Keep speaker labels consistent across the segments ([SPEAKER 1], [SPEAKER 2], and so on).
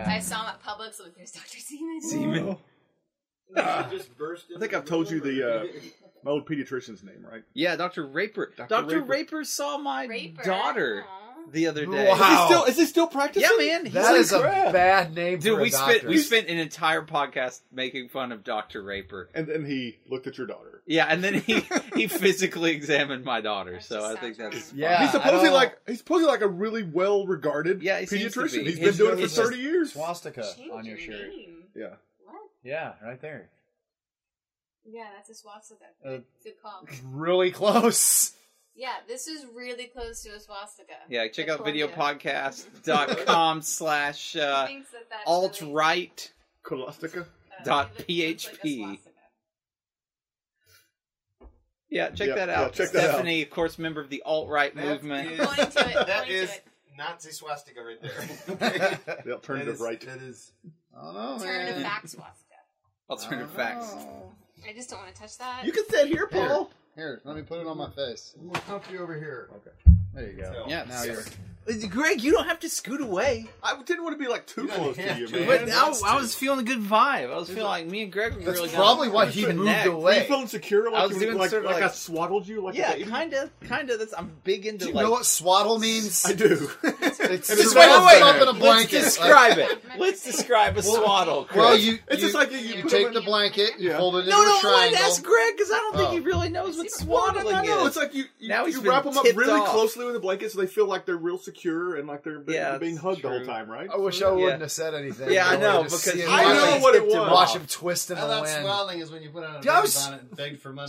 [SPEAKER 1] I saw him at Publix with his Dr. Seaman.
[SPEAKER 2] Seaman.
[SPEAKER 3] I
[SPEAKER 4] I think I've told you the uh, my old pediatrician's name, right?
[SPEAKER 2] Yeah, Doctor Raper.
[SPEAKER 4] Dr.
[SPEAKER 2] Doctor Raper.
[SPEAKER 4] Raper.
[SPEAKER 2] saw my
[SPEAKER 1] Raper.
[SPEAKER 2] daughter
[SPEAKER 1] Aw.
[SPEAKER 2] the other day.
[SPEAKER 5] Wow.
[SPEAKER 3] Is he still, is he still practicing?
[SPEAKER 2] Oh. Yeah, man. He's
[SPEAKER 5] That
[SPEAKER 2] like-
[SPEAKER 5] is a
[SPEAKER 3] crap.
[SPEAKER 5] bad name
[SPEAKER 2] dude.
[SPEAKER 5] for
[SPEAKER 2] We
[SPEAKER 5] a doctor.
[SPEAKER 2] spent we spent an entire podcast making fun of Doctor Raper.
[SPEAKER 4] And then he looked at your daughter.
[SPEAKER 2] Yeah, and then he he physically examined my daughter.
[SPEAKER 1] That
[SPEAKER 2] So
[SPEAKER 1] just
[SPEAKER 2] I think
[SPEAKER 1] sounds
[SPEAKER 2] that's
[SPEAKER 1] wrong.
[SPEAKER 5] Yeah,
[SPEAKER 4] he's
[SPEAKER 5] I
[SPEAKER 4] supposedly
[SPEAKER 5] don't-
[SPEAKER 4] like he's supposedly like a really well regarded
[SPEAKER 2] Yeah, he seems to
[SPEAKER 4] pediatrician.
[SPEAKER 2] be.
[SPEAKER 4] He's been
[SPEAKER 2] He's
[SPEAKER 4] doing it for
[SPEAKER 5] just-
[SPEAKER 4] thirty years.
[SPEAKER 5] swastika
[SPEAKER 1] Change
[SPEAKER 5] on your
[SPEAKER 1] your
[SPEAKER 5] shirt.
[SPEAKER 1] name.
[SPEAKER 4] Yeah.
[SPEAKER 1] What?
[SPEAKER 5] Yeah, right there.
[SPEAKER 1] Yeah, that's a swastika.
[SPEAKER 5] Uh,
[SPEAKER 1] Good call.
[SPEAKER 5] Really close.
[SPEAKER 1] Yeah, this is really close to a swastika.
[SPEAKER 2] yeah. Check
[SPEAKER 1] I
[SPEAKER 2] out
[SPEAKER 1] told you.
[SPEAKER 2] videopodcast.com slash
[SPEAKER 1] He
[SPEAKER 2] uh,
[SPEAKER 1] thinks that that's
[SPEAKER 2] alt
[SPEAKER 1] really-
[SPEAKER 2] right.
[SPEAKER 4] Colostica.
[SPEAKER 1] uh,
[SPEAKER 2] dot
[SPEAKER 1] he looks- looks like a
[SPEAKER 2] PHP.
[SPEAKER 1] swastika.
[SPEAKER 2] Yeah, check
[SPEAKER 4] Yeah,
[SPEAKER 2] that
[SPEAKER 4] yeah,
[SPEAKER 2] out.
[SPEAKER 4] check that out.
[SPEAKER 2] Stephanie, of course, member of the alt right
[SPEAKER 6] That
[SPEAKER 2] movement.
[SPEAKER 6] is-
[SPEAKER 1] Point to it.
[SPEAKER 6] That
[SPEAKER 1] point
[SPEAKER 6] is
[SPEAKER 1] to it.
[SPEAKER 6] Nazi swastika right there.
[SPEAKER 5] That's
[SPEAKER 4] The alternative
[SPEAKER 6] That is-
[SPEAKER 4] right.
[SPEAKER 6] That is.
[SPEAKER 5] I don't know,
[SPEAKER 1] Turn to back swastika.
[SPEAKER 2] Alternative facts.
[SPEAKER 1] I just don't want to touch that.
[SPEAKER 4] You can sit here,
[SPEAKER 5] Here.
[SPEAKER 4] Paul.
[SPEAKER 5] Here, let me put it on my face.
[SPEAKER 6] We're comfy over here.
[SPEAKER 5] There you go.
[SPEAKER 6] So-
[SPEAKER 2] Yeah,
[SPEAKER 5] Now you're.
[SPEAKER 2] Greg, you don't have to scoot away.
[SPEAKER 4] I didn't want to be like too
[SPEAKER 6] You don't
[SPEAKER 4] close to
[SPEAKER 6] have
[SPEAKER 4] you,
[SPEAKER 6] to.
[SPEAKER 4] man.
[SPEAKER 2] But
[SPEAKER 6] And
[SPEAKER 2] I,
[SPEAKER 6] that's
[SPEAKER 2] I
[SPEAKER 6] two.
[SPEAKER 2] was feeling a good vibe. I was feeling like me and Greg were
[SPEAKER 5] That's
[SPEAKER 2] really
[SPEAKER 5] probably
[SPEAKER 2] gonna
[SPEAKER 5] why he
[SPEAKER 2] connect.
[SPEAKER 5] moved
[SPEAKER 4] Were you
[SPEAKER 5] away.
[SPEAKER 4] feeling secure
[SPEAKER 2] I
[SPEAKER 4] like,
[SPEAKER 2] was
[SPEAKER 4] you, were-
[SPEAKER 2] doing
[SPEAKER 4] like,
[SPEAKER 2] sort of
[SPEAKER 4] like
[SPEAKER 2] like-
[SPEAKER 4] I swaddled you like a
[SPEAKER 2] Yeah,
[SPEAKER 4] baby?
[SPEAKER 2] kind of, kind of. That's I'm big into
[SPEAKER 5] Do you
[SPEAKER 2] like.
[SPEAKER 5] know what swaddle means?
[SPEAKER 4] I do.
[SPEAKER 5] It's
[SPEAKER 4] Just
[SPEAKER 5] wrapped
[SPEAKER 4] wait, wait,
[SPEAKER 5] up
[SPEAKER 4] wait.
[SPEAKER 5] in a blanket.
[SPEAKER 2] Let's describe
[SPEAKER 5] Like-
[SPEAKER 2] it. Let's describe a swaddle. Chris.
[SPEAKER 5] Well, you
[SPEAKER 4] It's
[SPEAKER 5] you,
[SPEAKER 4] just like you,
[SPEAKER 1] you
[SPEAKER 4] you
[SPEAKER 5] you
[SPEAKER 4] put
[SPEAKER 5] take
[SPEAKER 4] them
[SPEAKER 5] the
[SPEAKER 4] in-
[SPEAKER 5] blanket, you
[SPEAKER 4] Yeah.
[SPEAKER 5] hold it
[SPEAKER 2] no,
[SPEAKER 5] into
[SPEAKER 2] no,
[SPEAKER 5] a
[SPEAKER 2] wait,
[SPEAKER 5] triangle.
[SPEAKER 2] that's Greg because I don't think
[SPEAKER 5] Oh.
[SPEAKER 2] he really knows what
[SPEAKER 4] No, no,
[SPEAKER 2] swaddling
[SPEAKER 4] no, no.
[SPEAKER 2] is.
[SPEAKER 4] It's like you you,
[SPEAKER 2] Now he's
[SPEAKER 4] you
[SPEAKER 2] been
[SPEAKER 4] wrap them up
[SPEAKER 2] tipped
[SPEAKER 4] really
[SPEAKER 2] off.
[SPEAKER 4] closely with a blanket so they feel like they're real secure and like they're, they're
[SPEAKER 2] Yeah,
[SPEAKER 4] being
[SPEAKER 2] that's
[SPEAKER 4] hugged the
[SPEAKER 2] true.
[SPEAKER 4] whole time, right?
[SPEAKER 5] I wish I wouldn't
[SPEAKER 2] Yeah.
[SPEAKER 5] have said anything.
[SPEAKER 2] Yeah, I
[SPEAKER 5] would've
[SPEAKER 2] know,
[SPEAKER 5] just
[SPEAKER 2] because
[SPEAKER 5] seen
[SPEAKER 4] I
[SPEAKER 5] him
[SPEAKER 4] know
[SPEAKER 5] watch
[SPEAKER 4] what it
[SPEAKER 5] him-
[SPEAKER 4] was.
[SPEAKER 5] Watch him twist in
[SPEAKER 6] I
[SPEAKER 5] the
[SPEAKER 6] thought
[SPEAKER 5] wind.
[SPEAKER 6] smiling is when you put on a
[SPEAKER 5] Yeah, I
[SPEAKER 6] baby
[SPEAKER 5] was
[SPEAKER 6] bonnet and begged for money.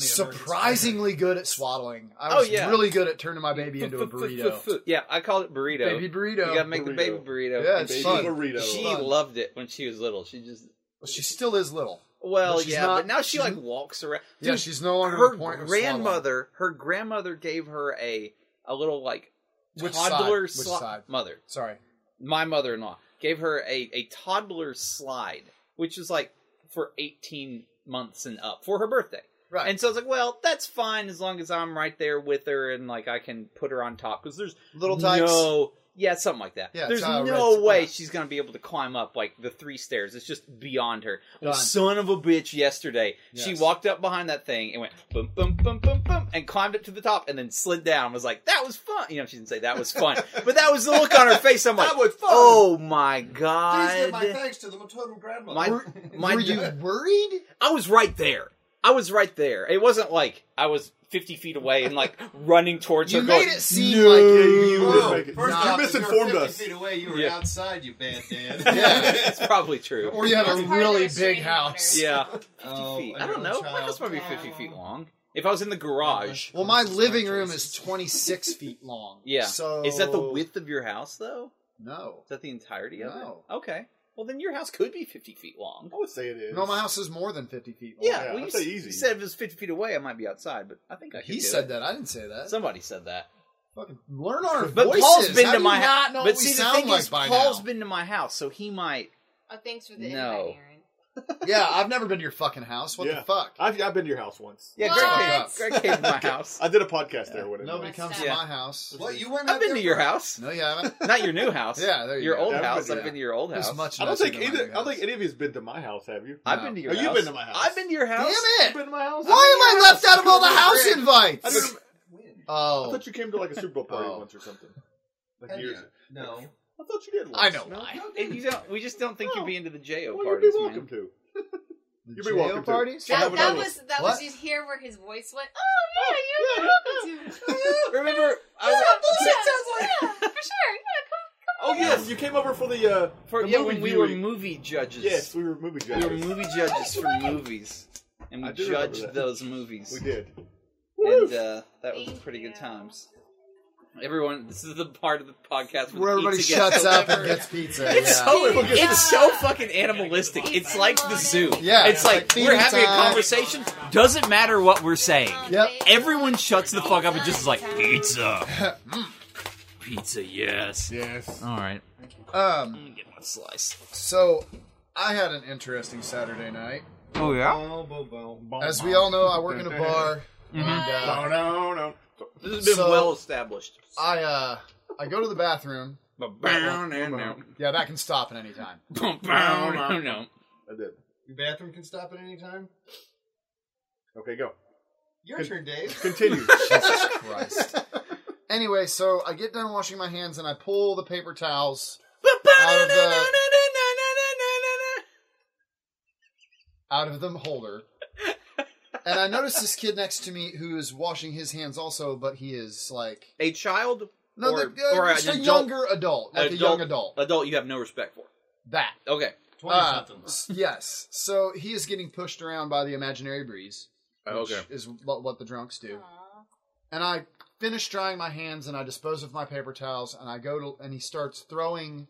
[SPEAKER 5] Surprisingly good at swaddling. I
[SPEAKER 2] Oh,
[SPEAKER 5] was
[SPEAKER 2] yeah.
[SPEAKER 5] really good at turning my baby into a burrito.
[SPEAKER 2] Yeah, I call it burrito.
[SPEAKER 5] Baby
[SPEAKER 2] you
[SPEAKER 5] burrito.
[SPEAKER 2] gotta make the baby
[SPEAKER 4] Burrito.
[SPEAKER 2] burrito.
[SPEAKER 5] Yeah, it's
[SPEAKER 4] Baby
[SPEAKER 5] fun.
[SPEAKER 4] burrito.
[SPEAKER 2] She
[SPEAKER 5] Fun.
[SPEAKER 2] loved it when she was little. She just
[SPEAKER 5] Well, she still is little.
[SPEAKER 2] well,
[SPEAKER 5] But she's
[SPEAKER 2] yeah,
[SPEAKER 5] not-
[SPEAKER 2] but now she
[SPEAKER 5] she's-
[SPEAKER 2] like walks around.
[SPEAKER 5] yeah,
[SPEAKER 2] Dude,
[SPEAKER 5] she's no longer at
[SPEAKER 2] her
[SPEAKER 5] the point of
[SPEAKER 2] grandmother, her grandmother gave her a a little like
[SPEAKER 5] swaddling. Which
[SPEAKER 2] toddler
[SPEAKER 5] side? Which
[SPEAKER 2] sli-
[SPEAKER 5] side?
[SPEAKER 2] mother.
[SPEAKER 5] Sorry.
[SPEAKER 2] my mother in law gave her a, a toddler slide, which is like for 18 months and up for her birthday.
[SPEAKER 5] Right.
[SPEAKER 2] And so I was like, well, that's fine as long as I'm right there with her and like I can put her on top because there's
[SPEAKER 5] Little
[SPEAKER 2] no, yeah, something like that.
[SPEAKER 5] Yeah,
[SPEAKER 2] there's
[SPEAKER 5] child
[SPEAKER 2] no
[SPEAKER 5] rights,
[SPEAKER 2] way
[SPEAKER 5] yeah.
[SPEAKER 2] she's gonna be able to climb up like the three stairs. It's just beyond her. Well,
[SPEAKER 5] Done.
[SPEAKER 2] son of a bitch! Yesterday, she
[SPEAKER 5] Yes.
[SPEAKER 2] walked up behind that thing and went boom, boom, boom, boom, boom, and climbed up to the top and then slid down. I was like, that was fun. You know, she didn't say that was fun, but that was the look on her face. I'm like,
[SPEAKER 4] That was fun.
[SPEAKER 2] oh my
[SPEAKER 6] Please give
[SPEAKER 2] god!
[SPEAKER 6] my thanks to the maternal grandmother.
[SPEAKER 2] My- my
[SPEAKER 5] Were
[SPEAKER 2] d-
[SPEAKER 5] you worried?
[SPEAKER 2] I was right there. I was right there. It wasn't like I was 50 feet away and like running towards
[SPEAKER 5] You
[SPEAKER 2] her.
[SPEAKER 5] made
[SPEAKER 2] going,
[SPEAKER 5] it seem
[SPEAKER 4] No.
[SPEAKER 5] like
[SPEAKER 4] You
[SPEAKER 5] you
[SPEAKER 4] didn't
[SPEAKER 6] Whoa,
[SPEAKER 5] were.
[SPEAKER 4] make it.
[SPEAKER 6] first
[SPEAKER 5] You
[SPEAKER 6] off, if
[SPEAKER 4] misinformed
[SPEAKER 6] you were 50
[SPEAKER 4] us.
[SPEAKER 6] feet away, you were
[SPEAKER 2] Yeah.
[SPEAKER 6] outside, you bad dad.
[SPEAKER 5] Yeah.
[SPEAKER 2] That's probably true.
[SPEAKER 5] Or you had a
[SPEAKER 1] That's part of
[SPEAKER 5] really
[SPEAKER 1] the
[SPEAKER 5] big
[SPEAKER 1] restraining
[SPEAKER 5] house.
[SPEAKER 2] Yeah.
[SPEAKER 6] Oh,
[SPEAKER 2] 50 feet.
[SPEAKER 6] a
[SPEAKER 2] I don't know.
[SPEAKER 6] little
[SPEAKER 2] My
[SPEAKER 6] child.
[SPEAKER 2] house might be 50 feet long. If I was in the garage.
[SPEAKER 5] Well, my living room is 26 feet long.
[SPEAKER 2] Yeah.
[SPEAKER 5] So
[SPEAKER 2] Is that the
[SPEAKER 4] Oh.
[SPEAKER 2] width of your house, though?
[SPEAKER 5] No.
[SPEAKER 2] Is that the entirety of
[SPEAKER 5] No.
[SPEAKER 2] it? Okay. Well, then your house could be 50 feet long.
[SPEAKER 4] I would say it is.
[SPEAKER 5] No, my house is more than 50 feet long.
[SPEAKER 2] Yeah.
[SPEAKER 4] yeah,
[SPEAKER 2] well, you
[SPEAKER 4] I'd say
[SPEAKER 2] s-
[SPEAKER 4] easy.
[SPEAKER 2] you said if it was 50 feet away, I might be outside, but I think I could
[SPEAKER 5] He
[SPEAKER 2] do
[SPEAKER 5] said
[SPEAKER 2] it.
[SPEAKER 5] that. I didn't say that.
[SPEAKER 2] Somebody said that.
[SPEAKER 5] Fucking learn our
[SPEAKER 2] But
[SPEAKER 5] voices.
[SPEAKER 2] Paul's been
[SPEAKER 5] How
[SPEAKER 2] to
[SPEAKER 5] do
[SPEAKER 2] my
[SPEAKER 5] you
[SPEAKER 2] house.
[SPEAKER 5] not know
[SPEAKER 2] But
[SPEAKER 5] what we
[SPEAKER 2] see, the
[SPEAKER 5] sound
[SPEAKER 2] thing
[SPEAKER 5] like
[SPEAKER 2] is,
[SPEAKER 5] by
[SPEAKER 2] Paul's
[SPEAKER 5] now?
[SPEAKER 2] been to my house, so he might.
[SPEAKER 1] Oh, thanks for the
[SPEAKER 2] No.
[SPEAKER 1] invite, Aaron.
[SPEAKER 5] Yeah, I've never been to your fucking house. What
[SPEAKER 4] Yeah.
[SPEAKER 5] the fuck?
[SPEAKER 4] I've, I've been to your house once.
[SPEAKER 2] Yeah,
[SPEAKER 1] What?
[SPEAKER 2] Greg, came, Greg came to my house.
[SPEAKER 4] I did a podcast there with him.
[SPEAKER 5] Nobody
[SPEAKER 1] That's
[SPEAKER 5] comes
[SPEAKER 1] sad.
[SPEAKER 5] to my house.
[SPEAKER 6] What, you went
[SPEAKER 2] I've
[SPEAKER 6] out
[SPEAKER 2] been
[SPEAKER 6] there
[SPEAKER 2] to your
[SPEAKER 6] for-
[SPEAKER 2] house.
[SPEAKER 5] No, you haven't.
[SPEAKER 2] Not your new house.
[SPEAKER 5] Yeah, there you
[SPEAKER 2] your
[SPEAKER 5] go.
[SPEAKER 2] old
[SPEAKER 4] Yeah, I've
[SPEAKER 2] house.
[SPEAKER 4] been
[SPEAKER 2] I've
[SPEAKER 4] to-
[SPEAKER 2] been to your old
[SPEAKER 5] There's
[SPEAKER 2] house.
[SPEAKER 5] much
[SPEAKER 4] I don't
[SPEAKER 5] nicer
[SPEAKER 4] think
[SPEAKER 5] than my
[SPEAKER 4] either.
[SPEAKER 5] new
[SPEAKER 4] I don't think
[SPEAKER 5] house.
[SPEAKER 4] any of you's been to my house, have you?
[SPEAKER 2] I've
[SPEAKER 5] No.
[SPEAKER 2] been to your
[SPEAKER 4] Oh,
[SPEAKER 2] house.
[SPEAKER 4] you've been to my house.
[SPEAKER 2] I've been to your
[SPEAKER 5] Damn
[SPEAKER 2] house.
[SPEAKER 5] it!
[SPEAKER 4] You've been to my house.
[SPEAKER 5] Why am I left out of all the house
[SPEAKER 6] Greg.
[SPEAKER 4] I
[SPEAKER 5] invites?
[SPEAKER 4] didn't- I
[SPEAKER 5] Oh,
[SPEAKER 4] thought you came to like a Super Bowl party
[SPEAKER 5] Oh.
[SPEAKER 4] once or something. Like
[SPEAKER 6] Hell
[SPEAKER 4] years.
[SPEAKER 6] yeah. No.
[SPEAKER 4] I thought you did. Once.
[SPEAKER 5] I know
[SPEAKER 2] No,
[SPEAKER 5] why.
[SPEAKER 2] it- you don't- we just don't think you'd be into the J.O.
[SPEAKER 4] Well, you'd
[SPEAKER 2] parties,
[SPEAKER 4] be welcome
[SPEAKER 2] man.
[SPEAKER 4] to. You'd
[SPEAKER 5] The
[SPEAKER 4] be
[SPEAKER 5] jail
[SPEAKER 4] welcome to.
[SPEAKER 5] parties.
[SPEAKER 4] Yeah.
[SPEAKER 1] That,
[SPEAKER 4] but
[SPEAKER 1] that
[SPEAKER 4] I
[SPEAKER 1] was
[SPEAKER 4] was-
[SPEAKER 1] that was
[SPEAKER 5] What?
[SPEAKER 1] just here where his voice went. Oh yeah, you're welcome to.
[SPEAKER 2] Remember? I was,
[SPEAKER 1] yeah, yeah, for sure. Yeah, come
[SPEAKER 4] Oh yes, you came over for the. uh
[SPEAKER 2] for,
[SPEAKER 4] The
[SPEAKER 2] yeah,
[SPEAKER 4] movie
[SPEAKER 2] when we were
[SPEAKER 4] viewing.
[SPEAKER 2] movie judges.
[SPEAKER 4] Yes, we were movie
[SPEAKER 2] we were
[SPEAKER 4] judges.
[SPEAKER 2] movie judges for movies, and we
[SPEAKER 4] I do remember
[SPEAKER 2] judged
[SPEAKER 4] that.
[SPEAKER 2] those movies.
[SPEAKER 4] We did.
[SPEAKER 2] and uh, that was
[SPEAKER 1] Thank
[SPEAKER 2] pretty good
[SPEAKER 1] you.
[SPEAKER 2] times. Everyone, this is the part of the podcast where, the
[SPEAKER 5] Where everybody
[SPEAKER 2] pizza
[SPEAKER 5] shuts
[SPEAKER 2] gets
[SPEAKER 5] up and
[SPEAKER 2] delivered.
[SPEAKER 5] gets pizza.
[SPEAKER 2] It's
[SPEAKER 5] yeah.
[SPEAKER 2] so
[SPEAKER 1] Yeah.
[SPEAKER 2] it's so fucking animalistic. It's like the zoo.
[SPEAKER 5] Yeah,
[SPEAKER 2] it's like
[SPEAKER 5] feeding
[SPEAKER 2] we're having a
[SPEAKER 5] time.
[SPEAKER 2] conversation. Doesn't matter what we're saying.
[SPEAKER 5] Yep.
[SPEAKER 2] Everyone shuts the fuck up and just is like pizza. pizza, yes.
[SPEAKER 4] Yes.
[SPEAKER 2] All right,
[SPEAKER 5] Um.
[SPEAKER 2] I'm gonna get my slice.
[SPEAKER 5] So, I had an interesting Saturday night.
[SPEAKER 2] Oh yeah.
[SPEAKER 6] Oh, bo- bo- bo-
[SPEAKER 5] As we all know, I work in a bar.
[SPEAKER 2] Mm-hmm.
[SPEAKER 5] And, uh,
[SPEAKER 4] No, no, no.
[SPEAKER 2] This has been
[SPEAKER 5] So-
[SPEAKER 2] well established.
[SPEAKER 5] I uh I go to the bathroom
[SPEAKER 2] Ba-bow-now-now.
[SPEAKER 5] Yeah, that can stop at any time.
[SPEAKER 2] Ba-bow-now-now.
[SPEAKER 4] I did.
[SPEAKER 6] Your bathroom can stop at any time.
[SPEAKER 4] Okay, go.
[SPEAKER 6] Your
[SPEAKER 4] Good.
[SPEAKER 6] turn, Dave.
[SPEAKER 4] Continue.
[SPEAKER 5] Jesus Christ. Anyway, so I get done washing my hands and I pull the paper towels out of the out of the holder. And I notice this kid next to me who is washing his hands also, but he is like
[SPEAKER 2] A child,
[SPEAKER 5] no,
[SPEAKER 2] Or-
[SPEAKER 5] the, uh,
[SPEAKER 2] or
[SPEAKER 5] just
[SPEAKER 2] an
[SPEAKER 5] a
[SPEAKER 2] adult-
[SPEAKER 5] younger adult, like a young adult.
[SPEAKER 2] adult you have no respect for.
[SPEAKER 5] That
[SPEAKER 2] Okay.
[SPEAKER 6] Twenty
[SPEAKER 5] Uh,
[SPEAKER 6] something.
[SPEAKER 5] yes. So he is getting pushed around by the imaginary breeze, which
[SPEAKER 2] Okay.
[SPEAKER 5] is what, what the drunks do.
[SPEAKER 1] Aw.
[SPEAKER 5] and I finish drying my hands and I dispose of my paper towels and I go to and he starts throwing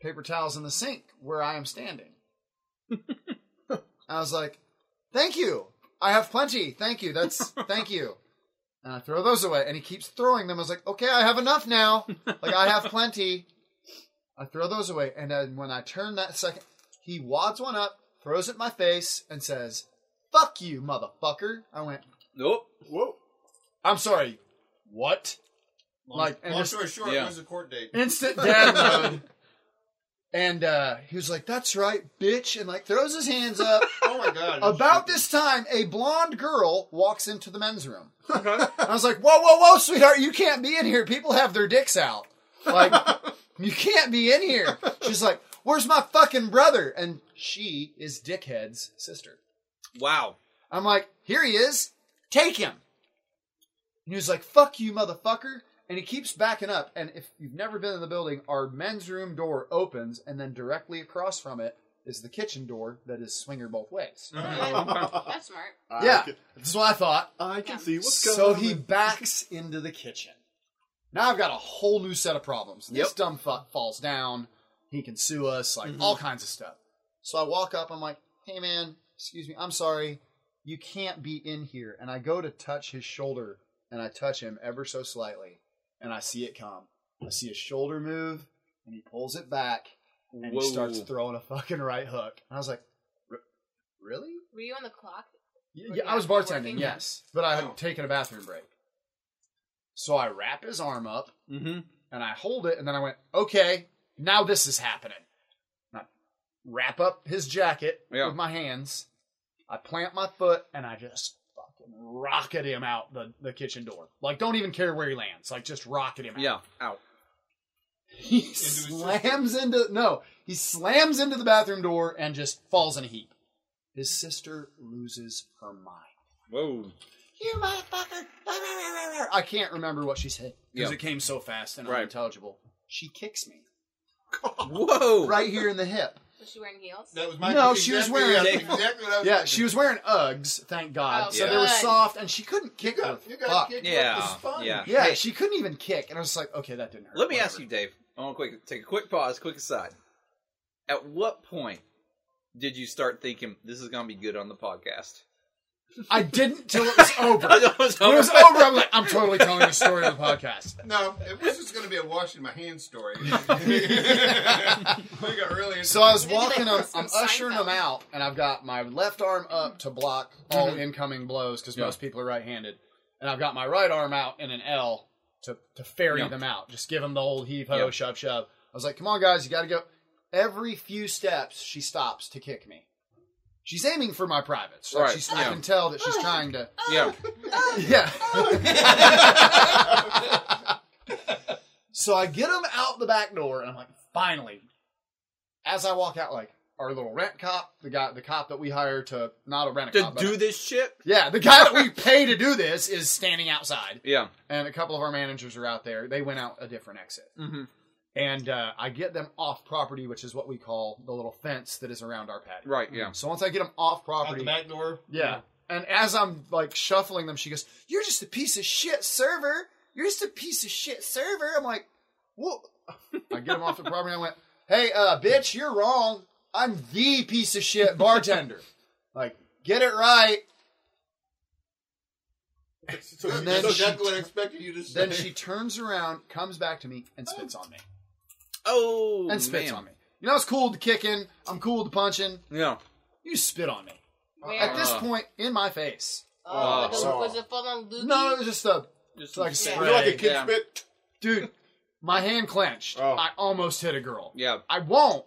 [SPEAKER 5] paper towels in the sink where I am standing. I was like, "Thank you. I have plenty. Thank you. That's thank you." And I throw those away and he keeps throwing them. I was like, "Okay, I have enough now. Like I have plenty." I throw those away and then when I turn that second, he wads one up, throws it in my face and says, "Fuck you, motherfucker." I went,
[SPEAKER 2] Nope.
[SPEAKER 4] Whoa.
[SPEAKER 5] I'm sorry. What?
[SPEAKER 6] Long,
[SPEAKER 5] like, and
[SPEAKER 6] long
[SPEAKER 5] just-
[SPEAKER 6] story short,
[SPEAKER 2] yeah.
[SPEAKER 6] it was a court date.
[SPEAKER 5] Instant dad mode. And uh, he was like, "That's right, bitch," and like throws his hands up.
[SPEAKER 6] Oh my god!
[SPEAKER 5] About this time, a blonde girl walks into the men's room. And I was like, "Whoa, whoa, whoa, sweetheart, you can't be in here. People have their dicks out. Like, you can't be in here." She's like, "Where's my fucking brother?" And she is Dickhead's sister.
[SPEAKER 2] Wow.
[SPEAKER 5] I'm like, here he is. Take him. And he was like, fuck you, motherfucker. And he keeps backing up. And if you've never been in the building, our men's room door opens, and then directly across from it is the kitchen door that is swinger both ways.
[SPEAKER 6] Mm.
[SPEAKER 1] That's smart.
[SPEAKER 4] I
[SPEAKER 5] Yeah,
[SPEAKER 4] Can,
[SPEAKER 5] that's what I thought.
[SPEAKER 4] I can see what's going
[SPEAKER 5] so
[SPEAKER 4] on.
[SPEAKER 5] he backs into the kitchen. Now I've got a whole new set of problems. This
[SPEAKER 2] Yep.
[SPEAKER 5] dumb fuck falls down. He can sue us, like all kinds of stuff. So I walk up. I'm like, "Hey, man, excuse me. I'm sorry. You can't be in here." And I go to touch his shoulder, and I touch him ever so slightly, and I see it come. I see his shoulder move, and he pulls it back, and
[SPEAKER 2] Whoa.
[SPEAKER 5] he starts throwing a fucking right hook. And I was like, "Re- "Really?"
[SPEAKER 1] Were you on the clock?
[SPEAKER 5] Yeah,
[SPEAKER 1] Or you
[SPEAKER 5] yeah, I was
[SPEAKER 1] have to work in
[SPEAKER 5] bartending,
[SPEAKER 1] there.
[SPEAKER 5] yes, but I had
[SPEAKER 6] Oh.
[SPEAKER 5] taken a bathroom break. So I wrap his arm up
[SPEAKER 2] Mm-hmm.
[SPEAKER 5] and I hold it, and then I went, "Okay, now this is happening." And I wrap up his jacket
[SPEAKER 2] Yeah.
[SPEAKER 5] with my hands. I plant my foot, and I just fucking rocket him out the, the kitchen door. Like, don't even care where he lands. Like, just rocket him out.
[SPEAKER 2] Yeah. Ow.
[SPEAKER 5] He
[SPEAKER 6] his
[SPEAKER 5] slams into no, he slams into the bathroom door and just falls in a heap. His sister loses her mind.
[SPEAKER 2] Whoa.
[SPEAKER 5] You motherfucker! I can't remember what she said because
[SPEAKER 2] Yeah.
[SPEAKER 5] it came so fast and
[SPEAKER 2] Right.
[SPEAKER 5] unintelligible. She kicks me
[SPEAKER 2] Whoa.
[SPEAKER 5] right here in the hip.
[SPEAKER 1] Was she wearing heels?
[SPEAKER 6] That was my
[SPEAKER 5] No, she was
[SPEAKER 6] exactly-
[SPEAKER 5] wearing-
[SPEAKER 6] that's exactly what I was
[SPEAKER 5] Yeah,
[SPEAKER 6] thinking.
[SPEAKER 5] she was wearing Uggs, thank God.
[SPEAKER 1] Oh,
[SPEAKER 5] so they were
[SPEAKER 1] good.
[SPEAKER 5] soft, and she couldn't
[SPEAKER 6] You
[SPEAKER 5] kick.
[SPEAKER 6] got,
[SPEAKER 5] her
[SPEAKER 6] you got
[SPEAKER 5] fuck.
[SPEAKER 6] kicked
[SPEAKER 2] Yeah,
[SPEAKER 6] Like the sponge.
[SPEAKER 2] yeah.
[SPEAKER 5] Yeah,
[SPEAKER 2] Hey.
[SPEAKER 5] she couldn't even kick, and I was like, okay, that didn't hurt.
[SPEAKER 2] Let me ask you,
[SPEAKER 5] whatever.
[SPEAKER 2] Dave. I want to quick take a quick pause, quick aside. At what point did you start thinking this is gonna be good on the podcast?
[SPEAKER 5] I didn't till it was over. when
[SPEAKER 2] I was
[SPEAKER 5] it was
[SPEAKER 2] hoping-
[SPEAKER 5] over, I'm like, I'm totally telling the story on the podcast.
[SPEAKER 6] No, it was just going to be a washing my hands story. we got really
[SPEAKER 5] So I was
[SPEAKER 1] Maybe they
[SPEAKER 5] walking
[SPEAKER 1] put
[SPEAKER 5] him,
[SPEAKER 1] some
[SPEAKER 5] I'm ushering him
[SPEAKER 1] Seinfeld.
[SPEAKER 5] out, and I've got my left arm up to block all incoming blows because
[SPEAKER 2] Mm-hmm. Yeah.
[SPEAKER 5] most people are right handed. And I've got my right arm out in an L to, to ferry
[SPEAKER 2] Yeah.
[SPEAKER 5] them out. Just give them the old heave ho,
[SPEAKER 2] Yeah.
[SPEAKER 5] shove, shove. I was like, come on, guys, you got to go. Every few steps, she stops to kick me. She's aiming for my privates. Like
[SPEAKER 2] Right,
[SPEAKER 5] she's, I
[SPEAKER 2] yeah.
[SPEAKER 5] can tell that she's trying to.
[SPEAKER 2] yeah.
[SPEAKER 5] Yeah. so I get him out the back door, and I'm like, finally. As I walk out, like our little rent cop, the guy, the cop that we hire to not a rent
[SPEAKER 2] To
[SPEAKER 5] cop,
[SPEAKER 2] do this shit?
[SPEAKER 5] yeah, the guy that we pay to do this is standing outside,
[SPEAKER 2] Yeah.
[SPEAKER 5] and a couple of our managers are out there. They went out a different exit,
[SPEAKER 2] Mm-hmm.
[SPEAKER 5] and uh, I get them off property, which is what we call the little fence that is around our patio.
[SPEAKER 2] Right, yeah.
[SPEAKER 5] So once I get them off
[SPEAKER 6] out
[SPEAKER 5] property,
[SPEAKER 6] the back door.
[SPEAKER 5] yeah. And as I'm like shuffling them, she goes, You're just a piece of shit server. You're just a piece of shit server. I'm like, Whoa. I get him off the property. I went, Hey, uh, bitch, you're wrong. I'm the piece of shit bartender. like, get it right.
[SPEAKER 6] So,
[SPEAKER 5] And then
[SPEAKER 6] so
[SPEAKER 5] she-
[SPEAKER 6] that's what I expected you to say.
[SPEAKER 5] Then she turns around, comes back to me, and spits on me.
[SPEAKER 2] Oh
[SPEAKER 5] And spits
[SPEAKER 2] man.
[SPEAKER 5] on me. You know, it's cool to kicking. I'm cool to punching.
[SPEAKER 2] Yeah.
[SPEAKER 5] You spit on me.
[SPEAKER 1] Where?
[SPEAKER 5] At this
[SPEAKER 2] Uh.
[SPEAKER 5] point, in my face.
[SPEAKER 1] oh,
[SPEAKER 2] Oh.
[SPEAKER 1] like a- was it full on Luke?
[SPEAKER 5] No, it was just a
[SPEAKER 2] Just
[SPEAKER 5] Like
[SPEAKER 2] some
[SPEAKER 5] spray.
[SPEAKER 2] spray.
[SPEAKER 4] You're like a kid
[SPEAKER 2] Yeah.
[SPEAKER 4] spit.
[SPEAKER 5] dude. My hand clenched.
[SPEAKER 4] Oh.
[SPEAKER 5] I almost hit a girl.
[SPEAKER 2] Yeah.
[SPEAKER 5] I won't.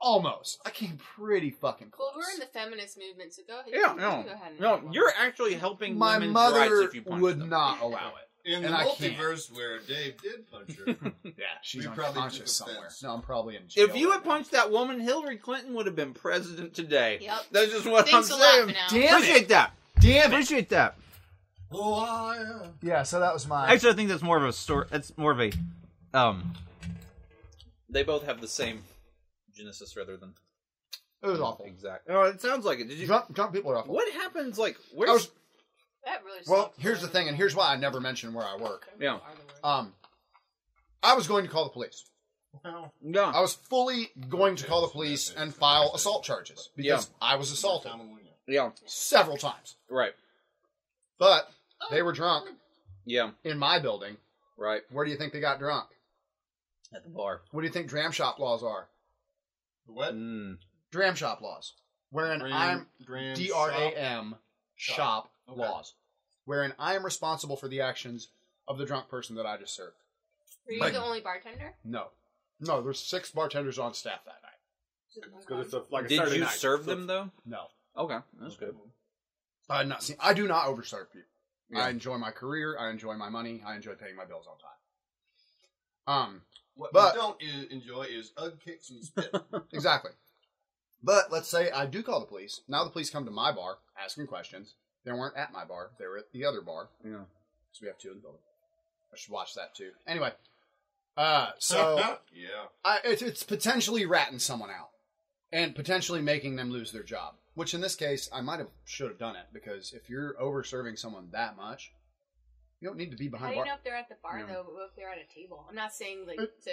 [SPEAKER 5] Almost. I came pretty fucking close.
[SPEAKER 1] Well, we're in the feminist movement, so go ahead.
[SPEAKER 2] Yeah,
[SPEAKER 1] You
[SPEAKER 2] no.
[SPEAKER 1] go ahead and
[SPEAKER 2] No,
[SPEAKER 1] have one.
[SPEAKER 2] you're actually helping
[SPEAKER 5] My
[SPEAKER 2] women's
[SPEAKER 5] mother
[SPEAKER 2] rights if you punch
[SPEAKER 5] would
[SPEAKER 2] them.
[SPEAKER 5] not allow it.
[SPEAKER 6] In
[SPEAKER 5] And
[SPEAKER 6] the
[SPEAKER 5] I can't.
[SPEAKER 6] multiverse where Dave did punch her,
[SPEAKER 5] Yeah, she's
[SPEAKER 6] We probably took
[SPEAKER 5] unconscious
[SPEAKER 6] offense.
[SPEAKER 5] somewhere. No, I'm probably in jail.
[SPEAKER 2] If you
[SPEAKER 5] right
[SPEAKER 2] had
[SPEAKER 5] now.
[SPEAKER 2] punched that woman, Hillary Clinton would have been president today.
[SPEAKER 1] Yep.
[SPEAKER 2] That's just what
[SPEAKER 1] Thanks
[SPEAKER 2] I'm
[SPEAKER 1] a lot
[SPEAKER 2] saying.
[SPEAKER 1] for now.
[SPEAKER 5] Damn
[SPEAKER 2] Appreciate that.
[SPEAKER 5] Damn it!
[SPEAKER 2] Appreciate that.
[SPEAKER 6] oh, I, uh,
[SPEAKER 5] Yeah, so that was mine.
[SPEAKER 7] Actually, I think that's more of a story. That's more of a. Um,
[SPEAKER 2] They both have the same genesis rather than
[SPEAKER 5] it was awful.
[SPEAKER 2] exact. Oh, it sounds like it. Did you?
[SPEAKER 5] Drunk, drunk people are awful.
[SPEAKER 2] What happens? Like, where's?
[SPEAKER 5] I was-
[SPEAKER 1] That really
[SPEAKER 5] Well,
[SPEAKER 1] sucks.
[SPEAKER 5] here's the thing, and here's why I never mention where I work.
[SPEAKER 2] Yeah.
[SPEAKER 5] Um, I was going to call the police.
[SPEAKER 6] well,
[SPEAKER 2] yeah.
[SPEAKER 5] I was fully going to call the police and file assault charges because I was assaulted
[SPEAKER 6] Tom Williams.
[SPEAKER 2] Yeah.
[SPEAKER 5] several times.
[SPEAKER 2] Right.
[SPEAKER 5] But they were drunk
[SPEAKER 2] Yeah.
[SPEAKER 5] in my building.
[SPEAKER 2] Right.
[SPEAKER 5] Where do you think they got drunk?
[SPEAKER 2] At the bar.
[SPEAKER 5] What do you think dram shop laws are?
[SPEAKER 6] What?
[SPEAKER 2] Mm.
[SPEAKER 5] Dram shop laws. Wherein
[SPEAKER 6] Dram-
[SPEAKER 5] I'm
[SPEAKER 6] Dram
[SPEAKER 5] D R A
[SPEAKER 6] shop?
[SPEAKER 5] M
[SPEAKER 6] Shop.
[SPEAKER 5] shop
[SPEAKER 6] Okay.
[SPEAKER 5] laws. Wherein I am responsible for the actions of the drunk person that I just served.
[SPEAKER 1] Were you
[SPEAKER 5] Like-
[SPEAKER 1] the only bartender?
[SPEAKER 5] No. No, there's six bartenders on staff that night.
[SPEAKER 4] Because it's a, like a
[SPEAKER 2] Did
[SPEAKER 4] Saturday
[SPEAKER 2] you
[SPEAKER 4] night,
[SPEAKER 2] serve
[SPEAKER 4] so
[SPEAKER 2] them though?
[SPEAKER 5] No.
[SPEAKER 2] Okay, that's good.
[SPEAKER 5] I had not seen I do not overserve people.
[SPEAKER 2] Yeah.
[SPEAKER 5] I enjoy my career, I enjoy my money, I enjoy paying my bills on time. Um
[SPEAKER 6] What
[SPEAKER 5] But-
[SPEAKER 6] you don't i- enjoy is Ugg kicks and spit.
[SPEAKER 5] Exactly. But let's say I do call the police. Now the police come to my bar asking questions. They weren't at my bar. They were at the other bar.
[SPEAKER 2] Yeah.
[SPEAKER 5] So we have two in the building. I should watch that too. Anyway, uh, so
[SPEAKER 6] yeah.
[SPEAKER 5] I, it's, it's potentially ratting someone out and potentially making them lose their job. Which in this case, I might have should have done it because if you're over serving someone that much, you don't need to be
[SPEAKER 1] How
[SPEAKER 5] behind
[SPEAKER 1] do
[SPEAKER 5] bar.
[SPEAKER 1] you know if they're at the bar
[SPEAKER 2] Yeah.
[SPEAKER 1] though? But if they're at a table, I'm not saying like
[SPEAKER 5] Uh,
[SPEAKER 1] to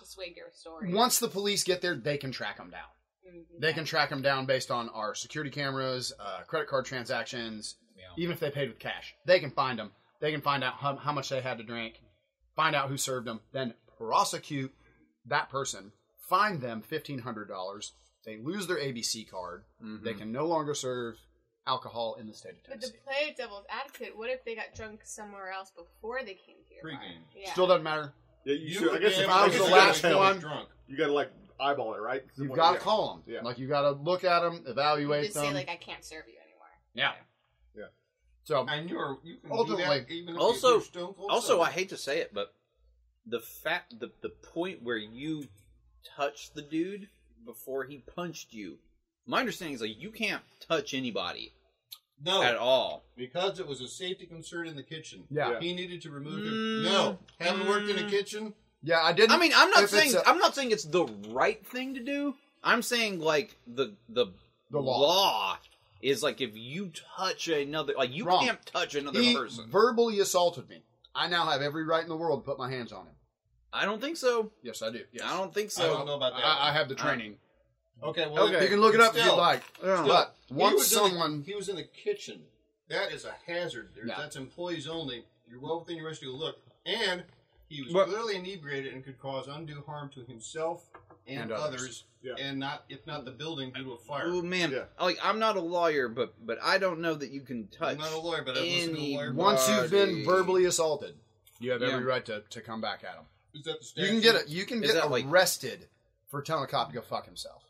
[SPEAKER 1] dissuade your story.
[SPEAKER 5] Once the police get there, they can track them down.
[SPEAKER 1] Mhm.
[SPEAKER 5] They can track them down based on our security cameras, uh, credit card transactions,
[SPEAKER 2] Yeah.
[SPEAKER 5] even if they paid with cash. They can find them. They can find out how, how much they had to drink, find out who served them, then prosecute that person, fine them $1,500. They lose their ABC card.
[SPEAKER 2] Mm-hmm.
[SPEAKER 4] Mm-hmm.
[SPEAKER 5] They can no longer serve alcohol in the state of
[SPEAKER 1] But to
[SPEAKER 5] Tennessee.
[SPEAKER 1] play devil's advocate, what if they got drunk somewhere else before they came to your bar?
[SPEAKER 6] Pregame.
[SPEAKER 1] Yeah.
[SPEAKER 5] Still doesn't matter.
[SPEAKER 4] Yeah, you,
[SPEAKER 6] You
[SPEAKER 4] should, I guess if
[SPEAKER 6] damn
[SPEAKER 5] I
[SPEAKER 4] I
[SPEAKER 5] was
[SPEAKER 4] was
[SPEAKER 5] the
[SPEAKER 4] you
[SPEAKER 5] last
[SPEAKER 4] last gotta,
[SPEAKER 5] one-
[SPEAKER 4] one,
[SPEAKER 6] drunk.
[SPEAKER 4] you gotta like eyeball it, right?
[SPEAKER 5] You've
[SPEAKER 4] Someone-
[SPEAKER 5] got to
[SPEAKER 4] yeah.
[SPEAKER 5] call them.
[SPEAKER 4] Yeah.
[SPEAKER 5] Like, you got to look at them, evaluate
[SPEAKER 1] Just
[SPEAKER 5] them.
[SPEAKER 1] say like, I can't serve you anymore.
[SPEAKER 5] yeah.
[SPEAKER 4] Yeah.
[SPEAKER 5] So,
[SPEAKER 6] And you're you can do that
[SPEAKER 5] Ultimately-
[SPEAKER 6] even if
[SPEAKER 2] Also-
[SPEAKER 6] you're stone cold
[SPEAKER 2] Also, I
[SPEAKER 6] sober.
[SPEAKER 2] hate to say it, but the fact the the point where you touched the dude before he punched you. My understanding is like you can't touch anybody
[SPEAKER 6] no
[SPEAKER 2] at all.
[SPEAKER 6] because it was a safety concern in the kitchen.
[SPEAKER 5] yeah.
[SPEAKER 4] Yeah.
[SPEAKER 6] He needed to remove him.
[SPEAKER 2] Mm.
[SPEAKER 6] No, haven't worked in a
[SPEAKER 2] Mm.
[SPEAKER 6] kitchen.
[SPEAKER 5] Yeah, I didn't.
[SPEAKER 2] I mean, I'm not
[SPEAKER 5] If it's
[SPEAKER 2] saying
[SPEAKER 5] a-
[SPEAKER 2] i I'm not saying it's the right thing to do. I'm saying like the the
[SPEAKER 5] The law.
[SPEAKER 2] is like if you touch another like you
[SPEAKER 5] Wrong.
[SPEAKER 2] can't touch another
[SPEAKER 5] he
[SPEAKER 2] person.
[SPEAKER 5] verbally assaulted me. I now have every right in the world to put my hands on him.
[SPEAKER 2] I don't think so.
[SPEAKER 5] Yes, I do. Yes.
[SPEAKER 2] I don't think so.
[SPEAKER 6] I don't know about that.
[SPEAKER 5] I, I have the training.
[SPEAKER 6] okay, well,
[SPEAKER 2] Okay.
[SPEAKER 5] You can look it up if
[SPEAKER 6] still,
[SPEAKER 5] you'd like.
[SPEAKER 2] Yeah.
[SPEAKER 5] But
[SPEAKER 6] He
[SPEAKER 5] once
[SPEAKER 6] was in the-
[SPEAKER 5] someone,
[SPEAKER 6] he was in the kitchen. That is a hazard. There.
[SPEAKER 5] Yeah.
[SPEAKER 6] That's employees only. You're well within your rights to go look. And he was
[SPEAKER 2] But-
[SPEAKER 6] clearly inebriated and could cause undue harm to himself and,
[SPEAKER 5] And others.
[SPEAKER 6] others,
[SPEAKER 4] Yeah.
[SPEAKER 6] and not if not the building due to a fire.
[SPEAKER 2] Oh man,
[SPEAKER 4] Yeah.
[SPEAKER 2] like I'm not a lawyer, but but I don't know that you can touch.
[SPEAKER 6] I'm not a lawyer, but I've listened to a lawyer.
[SPEAKER 2] anyone.
[SPEAKER 5] once you've been
[SPEAKER 2] Party.
[SPEAKER 5] verbally assaulted, you have every
[SPEAKER 2] Yeah.
[SPEAKER 5] right to, to come back at him.
[SPEAKER 6] Is that the
[SPEAKER 5] You can
[SPEAKER 6] statute?
[SPEAKER 5] get a, you can
[SPEAKER 2] Is
[SPEAKER 5] get
[SPEAKER 2] that like-
[SPEAKER 5] arrested for telling a cop to go fuck himself.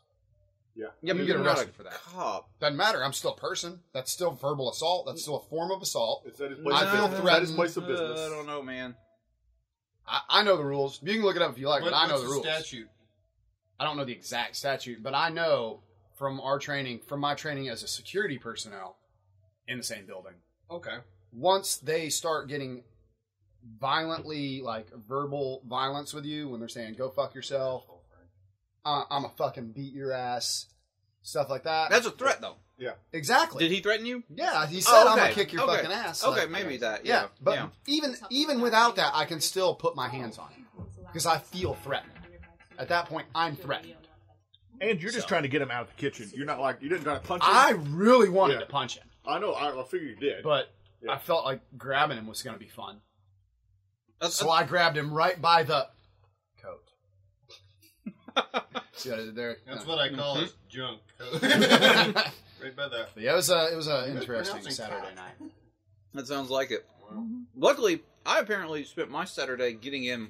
[SPEAKER 2] yeah,
[SPEAKER 5] you
[SPEAKER 2] but
[SPEAKER 5] get
[SPEAKER 2] you're not a
[SPEAKER 5] arrested for that.
[SPEAKER 2] cop.
[SPEAKER 5] Doesn't matter. I'm still a person. That's still verbal assault. That's still a form of assault.
[SPEAKER 4] It's at his place.
[SPEAKER 5] I
[SPEAKER 4] of
[SPEAKER 5] feel
[SPEAKER 4] business.
[SPEAKER 5] threatened.
[SPEAKER 4] At his place of business.
[SPEAKER 2] Uh, I don't know, man.
[SPEAKER 5] I, I know the rules. You can look it up if you like,
[SPEAKER 6] What-
[SPEAKER 5] but I know
[SPEAKER 6] what's
[SPEAKER 5] the rules.
[SPEAKER 6] statute.
[SPEAKER 5] I don't know the exact statute, but I know from our training, from my training as a security personnel in the same building,
[SPEAKER 6] Okay.
[SPEAKER 5] once they start getting violently like verbal violence with you when they're saying go fuck yourself uh, i'm a fucking beat your ass stuff like that
[SPEAKER 2] That's a threat, though.
[SPEAKER 5] exactly
[SPEAKER 2] Did he threaten you?
[SPEAKER 5] yeah he said i'm gonna kick your
[SPEAKER 2] okay.
[SPEAKER 5] fucking ass
[SPEAKER 2] Okay,
[SPEAKER 5] Like,
[SPEAKER 2] maybe that.
[SPEAKER 5] yeah,
[SPEAKER 2] Yeah,
[SPEAKER 5] but
[SPEAKER 2] yeah.
[SPEAKER 5] even even without that i can still put my hands on him because i feel threatened at that point i'm threatened
[SPEAKER 4] And you're just trying to get him out of the kitchen. You're not like you didn't try to punch him.
[SPEAKER 5] i really wanted
[SPEAKER 4] Yeah.
[SPEAKER 5] to punch him
[SPEAKER 4] I know. I, I figure you did.
[SPEAKER 5] but
[SPEAKER 4] Yeah.
[SPEAKER 5] i felt like grabbing him was gonna be fun
[SPEAKER 2] That's-
[SPEAKER 5] So I grabbed him right by the coat. See what I did there?
[SPEAKER 6] That's what I
[SPEAKER 5] Mm-hmm.
[SPEAKER 6] call his junk. right
[SPEAKER 5] but
[SPEAKER 6] by the.
[SPEAKER 5] yeah, it was a it was a interesting
[SPEAKER 6] pronouncing
[SPEAKER 5] Saturday
[SPEAKER 6] cock.
[SPEAKER 5] night.
[SPEAKER 1] Mm-hmm.
[SPEAKER 2] that sounds like it. Luckily, I apparently spent my Saturday getting in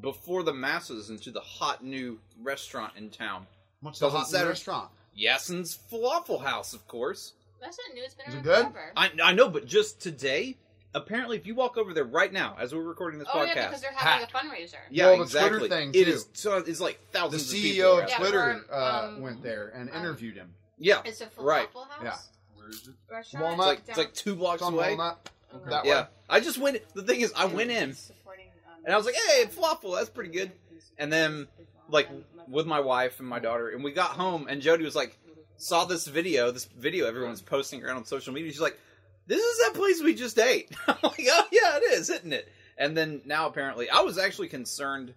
[SPEAKER 2] before the masses into the hot new restaurant in town.
[SPEAKER 5] What's the
[SPEAKER 2] Doesn't
[SPEAKER 5] hot new
[SPEAKER 2] Saturday-
[SPEAKER 5] restaurant?
[SPEAKER 2] Yassin's Falafel House, of course.
[SPEAKER 1] That's not new. It's been
[SPEAKER 5] Is it
[SPEAKER 1] around
[SPEAKER 5] good?
[SPEAKER 1] forever.
[SPEAKER 2] I, I know, but just today, apparently, if you walk over there right now, as we're recording this
[SPEAKER 1] oh
[SPEAKER 2] podcast,
[SPEAKER 1] yeah, because they're having
[SPEAKER 5] Packed.
[SPEAKER 1] a fundraiser.
[SPEAKER 2] yeah,
[SPEAKER 5] Well, the Twitter
[SPEAKER 2] exactly.
[SPEAKER 5] thing,
[SPEAKER 2] It
[SPEAKER 5] too.
[SPEAKER 2] is. So it's like
[SPEAKER 5] The
[SPEAKER 2] thousands of people.
[SPEAKER 5] CEO
[SPEAKER 2] are
[SPEAKER 5] of
[SPEAKER 1] Yeah,
[SPEAKER 2] at-
[SPEAKER 5] Twitter
[SPEAKER 1] or,
[SPEAKER 5] uh,
[SPEAKER 1] um,
[SPEAKER 5] went there and
[SPEAKER 1] um,
[SPEAKER 5] interviewed him.
[SPEAKER 2] yeah,
[SPEAKER 1] It's a falafel
[SPEAKER 2] Right.
[SPEAKER 1] house.
[SPEAKER 6] Where is it?
[SPEAKER 1] Restaurant.
[SPEAKER 5] Walnut.
[SPEAKER 2] it's like it's
[SPEAKER 1] down-
[SPEAKER 2] like two blocks
[SPEAKER 5] John
[SPEAKER 2] away.
[SPEAKER 5] Walnut.
[SPEAKER 1] Oh,
[SPEAKER 5] that
[SPEAKER 2] yeah,
[SPEAKER 5] way.
[SPEAKER 2] I just went. The thing is, I went in
[SPEAKER 1] Supporting, um,
[SPEAKER 2] and I was like, "Hey, falafel, that's pretty good." And then, like, with my wife and my daughter, and we got home, and Jody was like, saw this video, this video everyone's posting around on social media. She's like, "This is that place we just ate." I'm like, "Oh yeah, it is, isn't it?" And then now apparently, I was actually concerned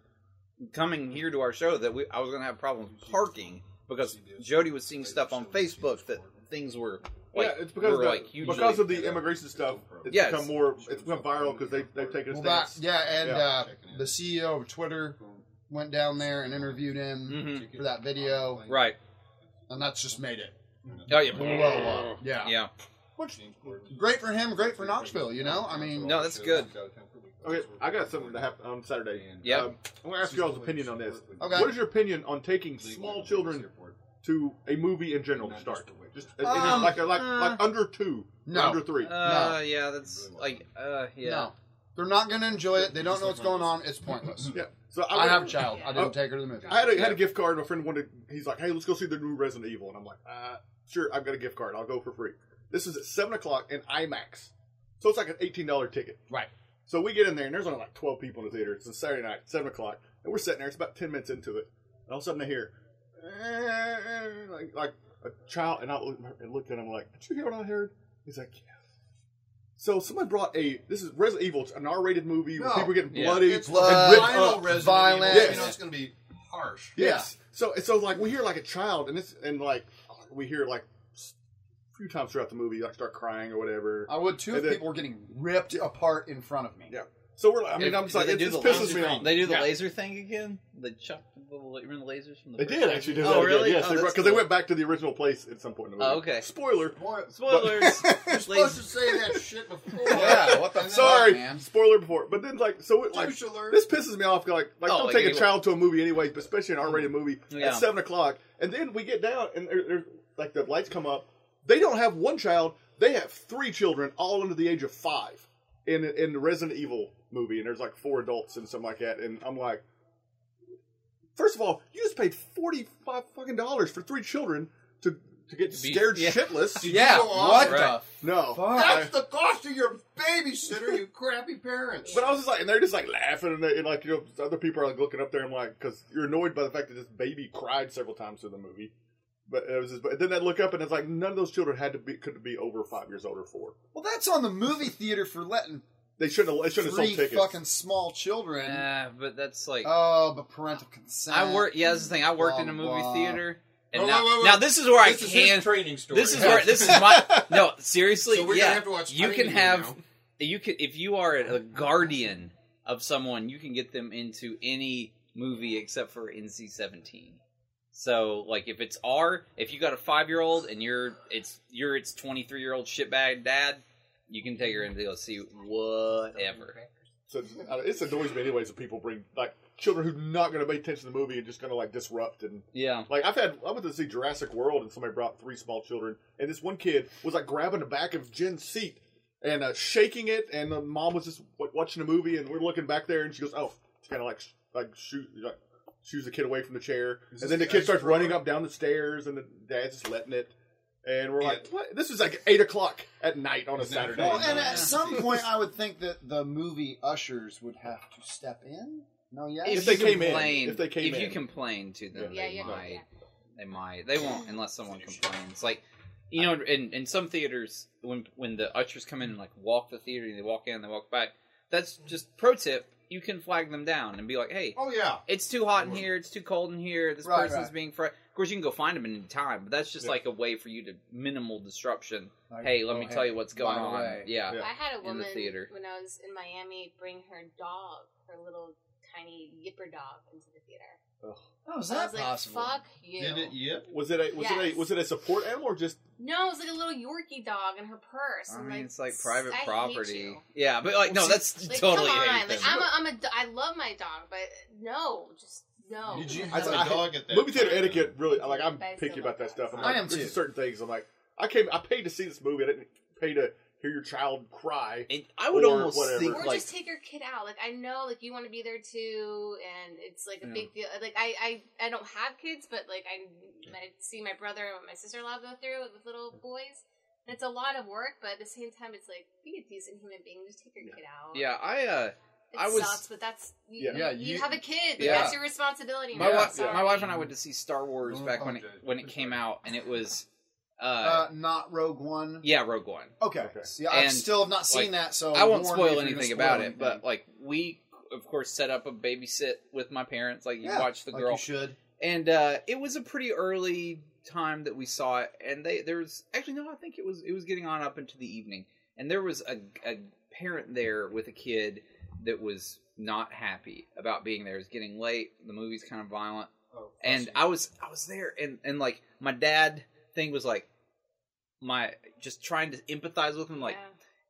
[SPEAKER 2] coming here to our show that we I was going to have problems parking because Jody was seeing stuff on Facebook that things were like
[SPEAKER 4] yeah, it's because of
[SPEAKER 2] were
[SPEAKER 4] the,
[SPEAKER 2] like hugely-
[SPEAKER 4] because of the immigration stuff. It's
[SPEAKER 2] Yeah,
[SPEAKER 4] become
[SPEAKER 2] it's-
[SPEAKER 4] more. It's become viral because they they've taken a
[SPEAKER 5] Well, that,
[SPEAKER 4] stance.
[SPEAKER 5] yeah, and
[SPEAKER 4] Yeah.
[SPEAKER 5] Uh,
[SPEAKER 6] Checking in.
[SPEAKER 5] the CEO of Twitter went down there and interviewed him
[SPEAKER 2] Mhm.
[SPEAKER 5] Mm. for that video,
[SPEAKER 2] right.
[SPEAKER 5] and that's just made it
[SPEAKER 2] Oh yeah.
[SPEAKER 5] blew up. Yeah.
[SPEAKER 2] Yeah.
[SPEAKER 5] great for him, great for Knoxville. You know, I mean,
[SPEAKER 2] No, that's good.
[SPEAKER 4] Okay, I got something that happened on Saturday.
[SPEAKER 2] Yeah.
[SPEAKER 4] um, I want to ask y'all's opinion on this.
[SPEAKER 5] Okay.
[SPEAKER 4] What is your opinion on taking small children to a movie in general to start? Just uh, is it
[SPEAKER 5] Um,
[SPEAKER 4] like like like under two,
[SPEAKER 5] no.
[SPEAKER 4] under three.
[SPEAKER 2] Uh, yeah, that's like, uh, yeah.
[SPEAKER 5] no, they're not going to enjoy it. They don't know what's going on. It's pointless.
[SPEAKER 4] yeah. So I,
[SPEAKER 5] I
[SPEAKER 4] went-
[SPEAKER 5] have a child. I
[SPEAKER 4] Oh.
[SPEAKER 5] didn't take her to the movie.
[SPEAKER 4] I had a, had a gift card. My friend wanted. He's like, "Hey, let's go see the new Resident Evil," and I'm like, uh, "Sure, I've got a gift card. I'll go for free." This is at seven o'clock in IMAX, so it's like an eighteen dollar ticket.
[SPEAKER 5] Right.
[SPEAKER 4] So we get in there, and there's only like twelve people in the theater. It's a Saturday night, seven o'clock, and we're sitting there. It's about ten minutes into it, and all of a sudden I hear "Eh," like, like a child, and I looked at him like, "Did you hear what I heard?" He's like, "Yeah." So somebody brought a this is Resident Evil, it's an R-rated movie where
[SPEAKER 6] No.
[SPEAKER 4] people getting
[SPEAKER 2] Yeah.
[SPEAKER 4] bloody,
[SPEAKER 6] It's uh,
[SPEAKER 5] blood,
[SPEAKER 4] and ripped
[SPEAKER 6] Final
[SPEAKER 4] up.
[SPEAKER 6] Resident
[SPEAKER 5] violence.
[SPEAKER 6] Evil, You know it's going to be harsh.
[SPEAKER 4] Yes. So so like we hear like a child, and it's and like we hear like a few times throughout the movie, like start crying or whatever.
[SPEAKER 5] I would too
[SPEAKER 4] And
[SPEAKER 5] if
[SPEAKER 4] then-
[SPEAKER 5] people were getting ripped apart in front of me.
[SPEAKER 4] Yeah. So we're like, I mean,
[SPEAKER 2] Yeah,
[SPEAKER 4] I'm just like,
[SPEAKER 2] they
[SPEAKER 4] it
[SPEAKER 2] do
[SPEAKER 4] just
[SPEAKER 2] the
[SPEAKER 4] pisses
[SPEAKER 2] laser
[SPEAKER 4] me
[SPEAKER 2] thing.
[SPEAKER 4] off.
[SPEAKER 2] They do the
[SPEAKER 4] Yeah.
[SPEAKER 2] laser thing again. They chuck the little, remember the lasers from the.
[SPEAKER 4] They
[SPEAKER 2] first
[SPEAKER 4] did
[SPEAKER 2] one?
[SPEAKER 4] actually do that.
[SPEAKER 2] Oh
[SPEAKER 4] again.
[SPEAKER 2] really?
[SPEAKER 4] Yes,
[SPEAKER 2] oh,
[SPEAKER 4] because
[SPEAKER 2] that's
[SPEAKER 4] they
[SPEAKER 2] cool.
[SPEAKER 4] went back to the original place at some point in the movie.
[SPEAKER 2] Oh, okay.
[SPEAKER 4] Spoiler.
[SPEAKER 6] Boy,
[SPEAKER 2] Spoilers.
[SPEAKER 6] You're supposed to
[SPEAKER 2] Laser-
[SPEAKER 6] say that shit before.
[SPEAKER 5] Yeah, what the
[SPEAKER 6] And then-
[SPEAKER 4] Sorry,
[SPEAKER 5] man.
[SPEAKER 4] spoiler before. But then like, so it, like
[SPEAKER 6] Douche alert.
[SPEAKER 4] this pisses me off. Like, like
[SPEAKER 2] Oh,
[SPEAKER 4] don't
[SPEAKER 2] like
[SPEAKER 4] take a
[SPEAKER 2] anyway.
[SPEAKER 4] child to a movie anyway, but especially an R-rated movie
[SPEAKER 2] Yeah.
[SPEAKER 4] at seven o'clock. And then we get down, and there, there's like the lights come up. They don't have one child; they have three children, all under the age of five, in in the Resident Evil movie. And there's like four adults and something like that. And I'm like, first of all, you just paid forty five fucking dollars for three children to to get
[SPEAKER 2] be-
[SPEAKER 4] scared
[SPEAKER 2] yeah.
[SPEAKER 4] shitless.
[SPEAKER 5] Yeah,
[SPEAKER 6] go on?
[SPEAKER 5] what
[SPEAKER 2] Right.
[SPEAKER 5] the
[SPEAKER 4] No,
[SPEAKER 5] fuck?
[SPEAKER 6] That's the cost of your babysitter, you crappy parents.
[SPEAKER 4] But I was just like, and they're just like laughing, and, they, and like you know, other people are like looking up there. I'm like, because you're annoyed by the fact that this baby cried several times through the movie. But it was just, but then I look up and it's like none of those children had to be could be over five years old or four.
[SPEAKER 5] Well, that's on the movie theater for letting
[SPEAKER 4] They shouldn't have. They shouldn't have sold
[SPEAKER 5] three
[SPEAKER 4] tickets.
[SPEAKER 5] fucking small children.
[SPEAKER 2] Nah, but that's like
[SPEAKER 5] Oh, but parental consent.
[SPEAKER 2] I work. Yeah, that's the thing. I worked in a
[SPEAKER 5] blah,
[SPEAKER 2] movie
[SPEAKER 5] blah.
[SPEAKER 2] theater. And
[SPEAKER 6] Wait,
[SPEAKER 2] now,
[SPEAKER 6] Oh, wait, wait,
[SPEAKER 2] now
[SPEAKER 6] wait.
[SPEAKER 2] this is where
[SPEAKER 6] this
[SPEAKER 2] I
[SPEAKER 6] is
[SPEAKER 2] can.
[SPEAKER 6] his training story.
[SPEAKER 2] this is where this is my no seriously.
[SPEAKER 6] So we're
[SPEAKER 2] yeah,
[SPEAKER 6] gonna have to watch
[SPEAKER 2] you can
[SPEAKER 6] Titanic
[SPEAKER 2] have
[SPEAKER 6] now.
[SPEAKER 2] you can if you are a guardian of someone, you can get them into any movie except for NC seventeen. So like if it's R, if you got a five year old and you're it's you're its twenty three year old shitbag dad, you can take her into go see whatever.
[SPEAKER 4] So uh, it's annoys me anyways. That people bring like children who not going to pay attention to the movie and just going to like disrupt and
[SPEAKER 2] Yeah.
[SPEAKER 4] Like I've had, I went to see Jurassic World, and somebody brought three small children, and this one kid was like grabbing the back of Jen's seat and uh, shaking it, and the mom was just w- watching a movie, and we're looking back there, and she goes, "Oh," she kind of like sh- like shoot like shoos the kid away from the chair,
[SPEAKER 6] Is this
[SPEAKER 4] and then the
[SPEAKER 6] the
[SPEAKER 4] kid
[SPEAKER 6] ice
[SPEAKER 4] starts
[SPEAKER 6] roller?
[SPEAKER 4] running up down the stairs, and the dad's just letting it, and we're like,
[SPEAKER 6] Yeah.
[SPEAKER 4] "What?" This is like eight o'clock at night on a
[SPEAKER 6] Isn't that
[SPEAKER 4] Saturday.
[SPEAKER 5] Well, and
[SPEAKER 2] Yeah.
[SPEAKER 5] at some point, I would think that the movie ushers would have to step in. No, yes.
[SPEAKER 4] If they
[SPEAKER 2] you
[SPEAKER 4] came in,
[SPEAKER 2] complain-
[SPEAKER 4] if they came
[SPEAKER 2] you
[SPEAKER 4] in.
[SPEAKER 2] complain to them,
[SPEAKER 1] Yeah,
[SPEAKER 2] they
[SPEAKER 1] yeah,
[SPEAKER 2] might.
[SPEAKER 1] yeah.
[SPEAKER 2] They might. They won't unless someone complains. Like you know, in in some theaters, when when the ushers come in and like walk the theater, and they walk in, and they walk back. That's just pro tip. You can flag them down and be like, "Hey,
[SPEAKER 6] Oh yeah.
[SPEAKER 2] it's too hot in here. It's too cold in here. This
[SPEAKER 5] Right,
[SPEAKER 2] person's
[SPEAKER 5] right.
[SPEAKER 2] being fr-. Of course, you can go find them in any time, but that's just
[SPEAKER 4] Yeah.
[SPEAKER 2] like a way for you to minimal disruption.
[SPEAKER 5] Like,
[SPEAKER 2] hey, let
[SPEAKER 5] oh,
[SPEAKER 2] me tell you what's going
[SPEAKER 5] by the
[SPEAKER 2] on.
[SPEAKER 5] way.
[SPEAKER 2] Yeah.
[SPEAKER 4] Yeah.
[SPEAKER 1] I had a
[SPEAKER 2] in the
[SPEAKER 1] woman
[SPEAKER 2] theater.
[SPEAKER 1] when I was in Miami bring her dog, her little tiny yipper dog into the theater.
[SPEAKER 5] How is
[SPEAKER 1] I
[SPEAKER 5] that
[SPEAKER 1] was like,
[SPEAKER 5] possible?
[SPEAKER 1] fuck you.
[SPEAKER 6] Did it yip?
[SPEAKER 4] Was it a was it
[SPEAKER 1] Yes.
[SPEAKER 4] a was it a support animal or just
[SPEAKER 1] No, it was like a little Yorkie dog in her purse.
[SPEAKER 2] I
[SPEAKER 1] I'm
[SPEAKER 2] mean,
[SPEAKER 1] like,
[SPEAKER 2] it's like private
[SPEAKER 1] I hate
[SPEAKER 2] property.
[SPEAKER 1] you.
[SPEAKER 2] Yeah, but like, no,
[SPEAKER 5] Well,
[SPEAKER 2] that's
[SPEAKER 1] Like,
[SPEAKER 2] totally
[SPEAKER 1] come on.
[SPEAKER 2] hate
[SPEAKER 1] Like,
[SPEAKER 2] them.
[SPEAKER 1] I'm a, I'm a, d- I love my dog, but no, just no.
[SPEAKER 6] Did you
[SPEAKER 1] No.
[SPEAKER 6] have
[SPEAKER 4] I-
[SPEAKER 6] a
[SPEAKER 4] I-
[SPEAKER 6] dog at that?
[SPEAKER 4] movie theater
[SPEAKER 6] time?
[SPEAKER 4] etiquette? Really, like I'm
[SPEAKER 1] But I still
[SPEAKER 4] picky about that
[SPEAKER 1] love
[SPEAKER 4] stuff.
[SPEAKER 1] dogs.
[SPEAKER 4] I'm
[SPEAKER 5] I
[SPEAKER 4] like,
[SPEAKER 5] am
[SPEAKER 4] there's
[SPEAKER 5] too.
[SPEAKER 4] Certain things I'm like, I came, I paid to see this movie. I didn't pay to hear your child cry.
[SPEAKER 2] And I would
[SPEAKER 4] Or
[SPEAKER 2] almost
[SPEAKER 4] whatever.
[SPEAKER 2] think
[SPEAKER 1] or
[SPEAKER 2] like
[SPEAKER 1] just take your kid out. Like I know, like you want to be there too, and it's like a
[SPEAKER 2] Yeah.
[SPEAKER 1] big deal. Like I, I, I don't have kids, but like I, I see my brother and my sister in law go through it with little boys. And it's a lot of work, but at the same time, it's like be a decent human being. Just take your kid out.
[SPEAKER 2] yeah, I uh
[SPEAKER 1] it
[SPEAKER 2] I was-
[SPEAKER 1] sucks, but that's you,
[SPEAKER 4] Yeah.
[SPEAKER 5] Yeah,
[SPEAKER 1] you,
[SPEAKER 5] you-
[SPEAKER 1] have a kid. Like,
[SPEAKER 2] Yeah.
[SPEAKER 1] That's your responsibility.
[SPEAKER 2] my
[SPEAKER 1] man.
[SPEAKER 2] wife
[SPEAKER 1] Sorry.
[SPEAKER 2] my wife and I went to see Star Wars
[SPEAKER 5] Don't
[SPEAKER 2] back when it
[SPEAKER 6] apologize.
[SPEAKER 2] when it came out and it was uh,
[SPEAKER 5] Uh, not Rogue One.
[SPEAKER 2] yeah, Rogue One.
[SPEAKER 5] Okay.
[SPEAKER 4] Okay.
[SPEAKER 5] Yeah, I
[SPEAKER 2] And,
[SPEAKER 5] still have not seen
[SPEAKER 2] like,
[SPEAKER 5] that, so
[SPEAKER 2] I won't
[SPEAKER 5] warn
[SPEAKER 2] spoil
[SPEAKER 5] me if you're gonna
[SPEAKER 2] anything
[SPEAKER 5] spoil
[SPEAKER 2] about
[SPEAKER 5] anything.
[SPEAKER 2] it, but like we of course set up a babysit with my parents like you
[SPEAKER 5] Yeah,
[SPEAKER 2] watch the
[SPEAKER 5] like
[SPEAKER 2] girl
[SPEAKER 5] you should.
[SPEAKER 2] and uh it was a pretty early time that we saw it and they there was actually no i think it was it was getting on up into the evening and there was a, a parent there with a kid that was not happy about being there it was getting late the movie's kind of violent
[SPEAKER 6] Oh,
[SPEAKER 2] and
[SPEAKER 6] awesome.
[SPEAKER 2] i was i was there and and like my dad thing was like my just trying to empathize with him like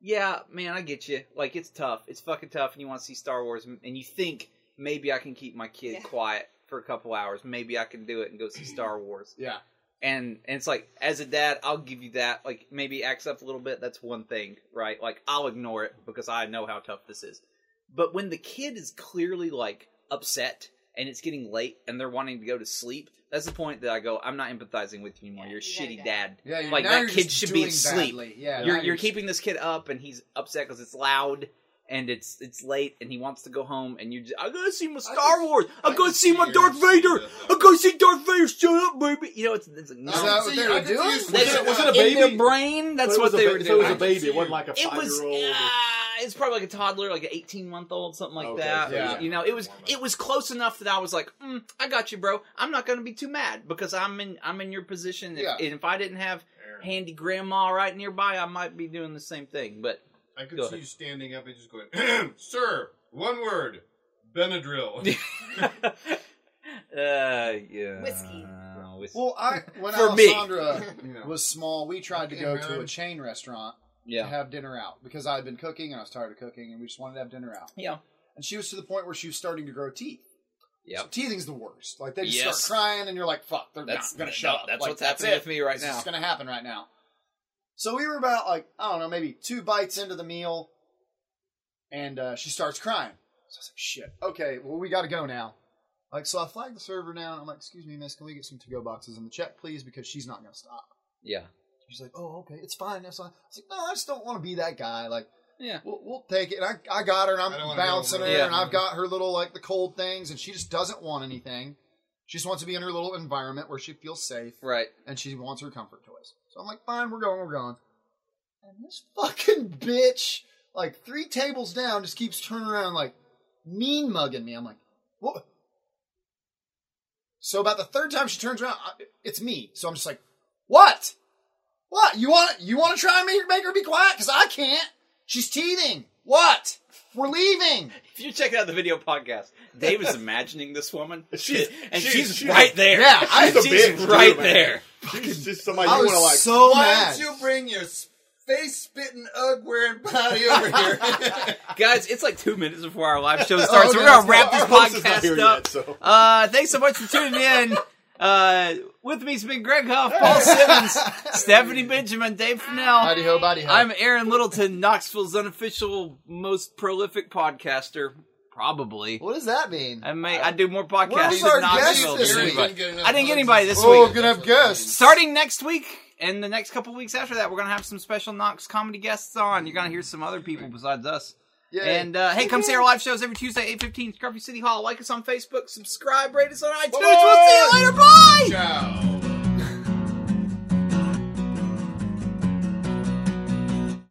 [SPEAKER 1] Yeah.
[SPEAKER 2] yeah, man, I get you. Like, it's tough. It's fucking tough, and you want to see Star Wars, and and you think maybe I can keep my kid
[SPEAKER 1] Yeah.
[SPEAKER 2] quiet for a couple hours. Maybe I can do it and go see Star Wars.
[SPEAKER 5] Yeah.
[SPEAKER 2] And and it's like, as a dad, I'll give you that. Like, maybe acts up a little bit. That's one thing, right? Like, I'll ignore it because I know how tough this is. But when the kid is clearly like upset and it's getting late and they're wanting to go to sleep, that's the point that I go, I'm not empathizing with you anymore.
[SPEAKER 1] Yeah,
[SPEAKER 2] You're a
[SPEAKER 1] you gotta
[SPEAKER 2] shitty
[SPEAKER 1] go.
[SPEAKER 2] dad.
[SPEAKER 5] Yeah, you
[SPEAKER 2] Like,
[SPEAKER 5] now
[SPEAKER 2] that
[SPEAKER 5] you're
[SPEAKER 2] kid
[SPEAKER 5] just
[SPEAKER 2] should be
[SPEAKER 5] doing
[SPEAKER 2] asleep.
[SPEAKER 5] badly. Yeah, now
[SPEAKER 2] You're you're
[SPEAKER 5] just-
[SPEAKER 2] keeping this kid up, and he's upset because it's loud and it's it's late, and he wants to go home. And you're just, I gotta see my Star
[SPEAKER 6] just-
[SPEAKER 2] Wars. I,
[SPEAKER 6] I
[SPEAKER 2] gotta
[SPEAKER 6] just
[SPEAKER 2] see my
[SPEAKER 6] see
[SPEAKER 2] Darth
[SPEAKER 6] your-
[SPEAKER 2] Vader. I gotta see Darth Vader. Shut up, baby. You know it's, it's like, no.
[SPEAKER 5] Is that what
[SPEAKER 6] See,
[SPEAKER 5] they
[SPEAKER 6] I
[SPEAKER 5] were
[SPEAKER 6] can see
[SPEAKER 5] doing?
[SPEAKER 6] it's-
[SPEAKER 4] Was
[SPEAKER 2] That's-
[SPEAKER 4] it, was it a
[SPEAKER 2] in their
[SPEAKER 4] baby?
[SPEAKER 2] brain? That's
[SPEAKER 4] So it
[SPEAKER 2] what
[SPEAKER 4] was a
[SPEAKER 2] they
[SPEAKER 4] ba-
[SPEAKER 2] were
[SPEAKER 4] So it
[SPEAKER 2] doing.
[SPEAKER 4] was a baby. It wasn't like a
[SPEAKER 2] It
[SPEAKER 4] five
[SPEAKER 2] was
[SPEAKER 4] year old.
[SPEAKER 2] uh, it's probably like a toddler, like an eighteen month old, something like
[SPEAKER 4] Okay,
[SPEAKER 2] that.
[SPEAKER 5] yeah.
[SPEAKER 2] You know, it was it was close enough that I was like, mm, I got you, bro. I'm not gonna be too mad because I'm in I'm in your position. If,
[SPEAKER 5] Yeah.
[SPEAKER 2] And if I didn't have handy grandma right nearby, I might be doing the same thing. But
[SPEAKER 6] I could
[SPEAKER 2] Go
[SPEAKER 6] see
[SPEAKER 2] ahead.
[SPEAKER 6] you standing up and just going, "Sir, one word, Benadryl."
[SPEAKER 2] uh, yeah.
[SPEAKER 1] Whiskey.
[SPEAKER 2] whiskey.
[SPEAKER 5] Well, I when
[SPEAKER 2] For me.
[SPEAKER 5] Alessandra
[SPEAKER 6] You know.
[SPEAKER 5] was small, we tried to
[SPEAKER 6] Okay,
[SPEAKER 5] go to
[SPEAKER 6] man.
[SPEAKER 5] a chain restaurant to
[SPEAKER 2] yeah.
[SPEAKER 5] have dinner out because I had been cooking and I was tired of cooking, and we just wanted to have dinner out.
[SPEAKER 2] Yeah.
[SPEAKER 5] And she was to the point where she was starting to grow teeth.
[SPEAKER 2] Yep.
[SPEAKER 5] So teething's the worst. Like they just
[SPEAKER 2] Yes.
[SPEAKER 5] start crying, and you're like, "Fuck, they're
[SPEAKER 2] That's
[SPEAKER 5] not gonna
[SPEAKER 2] that-
[SPEAKER 5] shut up."
[SPEAKER 2] That's
[SPEAKER 5] Like,
[SPEAKER 2] what's happening
[SPEAKER 5] it.
[SPEAKER 2] with me right
[SPEAKER 5] It's
[SPEAKER 2] now.
[SPEAKER 5] just gonna happen right now. So we were about like I don't know, maybe two bites into the meal, and uh, she starts crying. So I was like, "Shit, okay, well we got to go now." Like so, I flagged the server down. I'm like, "Excuse me, miss, can we get some to-go boxes in the check, please?" Because she's not gonna stop.
[SPEAKER 2] Yeah.
[SPEAKER 5] She's like, "Oh, okay, it's fine, that's fine." I was like, "No, I just don't want to be that guy. Like,
[SPEAKER 2] Yeah.
[SPEAKER 5] we'll, we'll take it." And I, I got her, and
[SPEAKER 6] I don't
[SPEAKER 5] I'm
[SPEAKER 6] wanna be
[SPEAKER 5] bouncing her,
[SPEAKER 6] over-
[SPEAKER 2] Yeah.
[SPEAKER 5] and I've got her little like the cold things, and she just doesn't want anything. She just wants to be in her little environment where she feels safe
[SPEAKER 2] Right.
[SPEAKER 5] and she wants her comfort toys. So I'm like, fine, we're going, we're going. And this fucking bitch, like three tables down, just keeps turning around like mean mugging me. I'm like, what? So about the third time she turns around, I- it's me. So I'm just like, what? What? You want you want to try and make, make her be quiet? Because I can't. She's teething. What? We're leaving.
[SPEAKER 2] If you check out the video podcast, Dave is imagining this woman,
[SPEAKER 4] She's-
[SPEAKER 2] and
[SPEAKER 4] she's-
[SPEAKER 2] she's,
[SPEAKER 4] she's-
[SPEAKER 2] right there.
[SPEAKER 5] Yeah, I-
[SPEAKER 4] She's a
[SPEAKER 2] she's
[SPEAKER 4] bitch, too,
[SPEAKER 2] right
[SPEAKER 4] man.
[SPEAKER 2] there.
[SPEAKER 4] She's just somebody
[SPEAKER 5] I
[SPEAKER 4] you
[SPEAKER 5] was
[SPEAKER 4] want to like.
[SPEAKER 5] so
[SPEAKER 6] Why
[SPEAKER 5] mad.
[SPEAKER 6] don't you bring your face spitting ug wearing body over here?
[SPEAKER 2] Guys, it's like two minutes before our live show starts. so we're gonna
[SPEAKER 5] okay.
[SPEAKER 2] wrap
[SPEAKER 4] Our
[SPEAKER 2] this
[SPEAKER 4] host is not here
[SPEAKER 2] podcast
[SPEAKER 4] yet,
[SPEAKER 2] up.
[SPEAKER 4] so.
[SPEAKER 2] Uh, thanks so much for tuning in. Uh, with me has been Greg Huff, Paul Simmons, Stephanie Benjamin, Dave Fennell.
[SPEAKER 5] Howdy ho, buddy ho.
[SPEAKER 2] I'm Aaron Littleton, Knoxville's unofficial most prolific podcaster, probably.
[SPEAKER 5] what does that mean?
[SPEAKER 2] I may I do more podcasts
[SPEAKER 5] Where's
[SPEAKER 2] than
[SPEAKER 5] our guest
[SPEAKER 2] Knoxville.
[SPEAKER 5] this
[SPEAKER 2] than
[SPEAKER 5] week?
[SPEAKER 2] anybody.
[SPEAKER 6] get enough
[SPEAKER 2] I didn't get
[SPEAKER 6] hugs
[SPEAKER 2] anybody
[SPEAKER 6] this
[SPEAKER 2] this
[SPEAKER 5] oh,
[SPEAKER 2] week.
[SPEAKER 5] we're gonna have guests.
[SPEAKER 2] Starting next week and the next couple weeks after that, we're gonna have some special Knox comedy guests on. You're gonna hear some other people besides us.
[SPEAKER 5] Yeah.
[SPEAKER 2] And uh, hey, come see our live shows every Tuesday, 8.15, Scruffy City Hall. Like us on Facebook, subscribe, rate us on iTunes.
[SPEAKER 5] Bye-bye.
[SPEAKER 2] We'll see you later. Bye!